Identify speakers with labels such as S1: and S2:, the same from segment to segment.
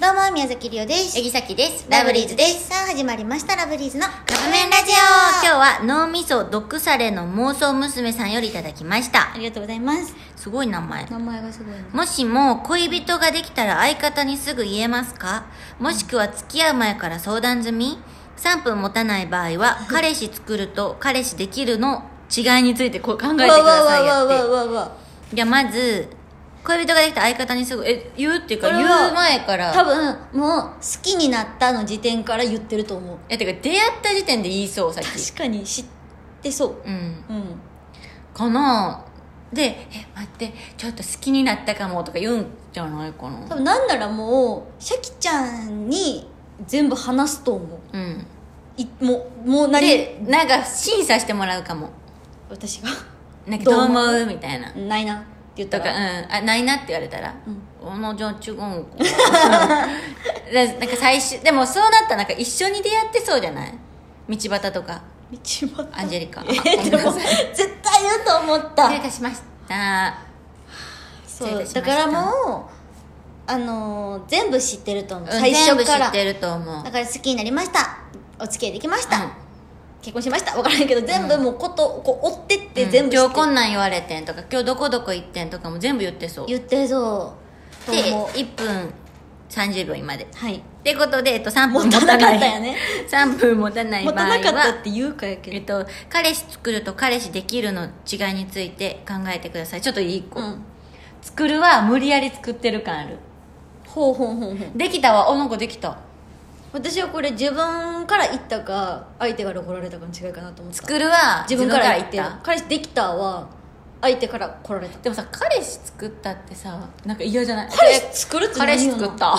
S1: どうも、宮崎りおです。
S2: 柳崎で
S1: す。
S2: す。
S1: さあ、始まりました、ラブリーズの
S2: カ
S1: カ
S2: ップ麺ラジオ今日は脳みそ毒されの妄想娘さんよりいただきました
S1: あ。りがとうございます。
S2: すごい名前。
S1: 名前がすごいね。
S2: もしも恋人ができたら相方にすぐ言えますかもしくは付き合う前から相談済み ?3 分持たない場合は、彼氏作ると彼氏できるの違いについてこう考えてくださいや
S1: わわわ
S2: って
S1: わ。わわわ
S2: じゃあまず、恋人ができた相方にすぐ、え、言うっていうか、
S1: これ
S2: 言う
S1: は
S2: 前から。
S1: 多分、もう、好きになったの時点から言ってると思う。
S2: え、てか出会った時点で言いそう、さっき。
S1: 確かに知ってそう。
S2: うん。
S1: うん。
S2: かなで「え待ってちょっと好きになったかも」とか言うんじゃないか
S1: 多
S2: な
S1: 分、なんならもう、シャキちゃんに全部話すと思う。
S2: うん
S1: いもう、もう何
S2: でなんか審査してもらうかも
S1: 私が、
S2: 「なんかどう思
S1: どう
S2: う?」みたいな
S1: ないなって言った
S2: とか「うん
S1: ら。
S2: あないな」って言われたら
S1: うん
S2: 「おのじゃあ違うん か」でなんか最終でもそうなったらなんか一緒に出会ってそうじゃない道端とか
S1: 道端。
S2: アンジェリカ
S1: えーでも、絶対言うと思った。
S2: 失礼いたしました
S1: そ
S2: 失礼
S1: う
S2: いたし
S1: だ
S2: まし
S1: か
S2: た
S1: らもうあのー全部知ってると思う、
S2: うん
S1: 最初から
S2: 全部知ってると思う
S1: だから好きになりましたお付き合いできました、
S2: うん
S1: 結婚しました分からないけど全部もうことこう追ってって
S2: うん
S1: 全部知
S2: 今
S1: っ
S2: 日
S1: て、
S2: こんなん言われてんとか今日どこどこ行ってんとかも全部言ってそう
S1: 言ってそう
S2: で
S1: と思う
S2: 1分30秒今でっ
S1: はい
S2: てことで、えっと、3分
S1: 持たなかったよね
S2: 3分持たない
S1: 持
S2: 場合
S1: たなかったっ
S2: は
S1: て言うかやけど
S2: えっと、彼氏作ると彼氏できるの違いについて考えてくださいちょっといい子、
S1: うん
S2: 作るは無理やり作ってる感ある
S1: ほうほうほうほう
S2: できたわおなんかできた
S1: 私はこれ自分から言ったか相手から怒られたかの違いかなと思った
S2: 作るは
S1: 自分から言って
S2: 自
S1: る
S2: 分から
S1: 彼氏できたは相手から来られた
S2: でもさ彼氏作ったってさなんか嫌じゃない
S1: 彼氏作るって
S2: 彼氏
S1: 何よ
S2: 作
S1: な
S2: っ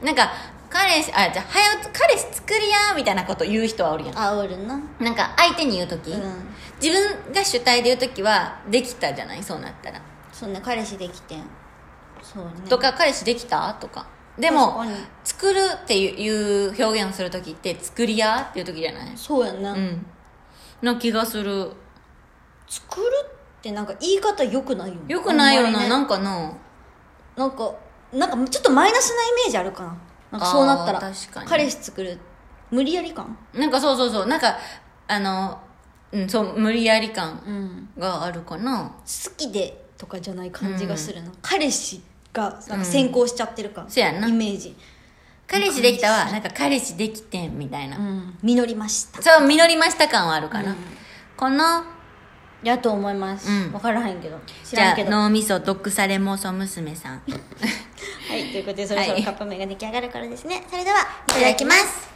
S2: た なんか彼氏あじゃあ早う彼氏作りやみたいなこと言う人はおるやん
S1: あおるな
S2: なんか相手に言う時、
S1: うん
S2: 自分が主体で言う時はできたじゃないそうなったら、
S1: そうね彼氏できてんそうね
S2: とか彼氏できたとかでも
S1: 確かに
S2: 作るっていう表現をする時って作りやっていう時じゃない
S1: そうやな、
S2: うんの気がする
S1: 作るってなんか言い方よくないよね
S2: よくないよ
S1: あんま
S2: な、
S1: りね
S2: なんかな
S1: なんかなんかちょっとマイナスなイメージあるかななんかそうなったら
S2: あー確かに
S1: 彼氏作る無理やり感
S2: なんかそうそうそうなんかあの、うん、そう無理やり
S1: う
S2: 感
S1: ん
S2: があるかな
S1: 好きでとかじゃない感じがするな、彼氏がなんか先行しちゃってるか、
S2: そうやんな
S1: イメージ
S2: 彼氏できたはなんか彼氏できてんみたいな、
S1: うん実りました
S2: そう実りました感はあるかな、
S1: うん
S2: この
S1: やと思います、
S2: うん
S1: 分からへんけど知
S2: じ
S1: ら
S2: ゃ
S1: ん
S2: あ
S1: けど
S2: 脳みそ毒され妄想娘さ
S1: は
S2: ん
S1: いということでそろそろ
S2: はい
S1: カップ麺が出来上がるからですね、それではいただきます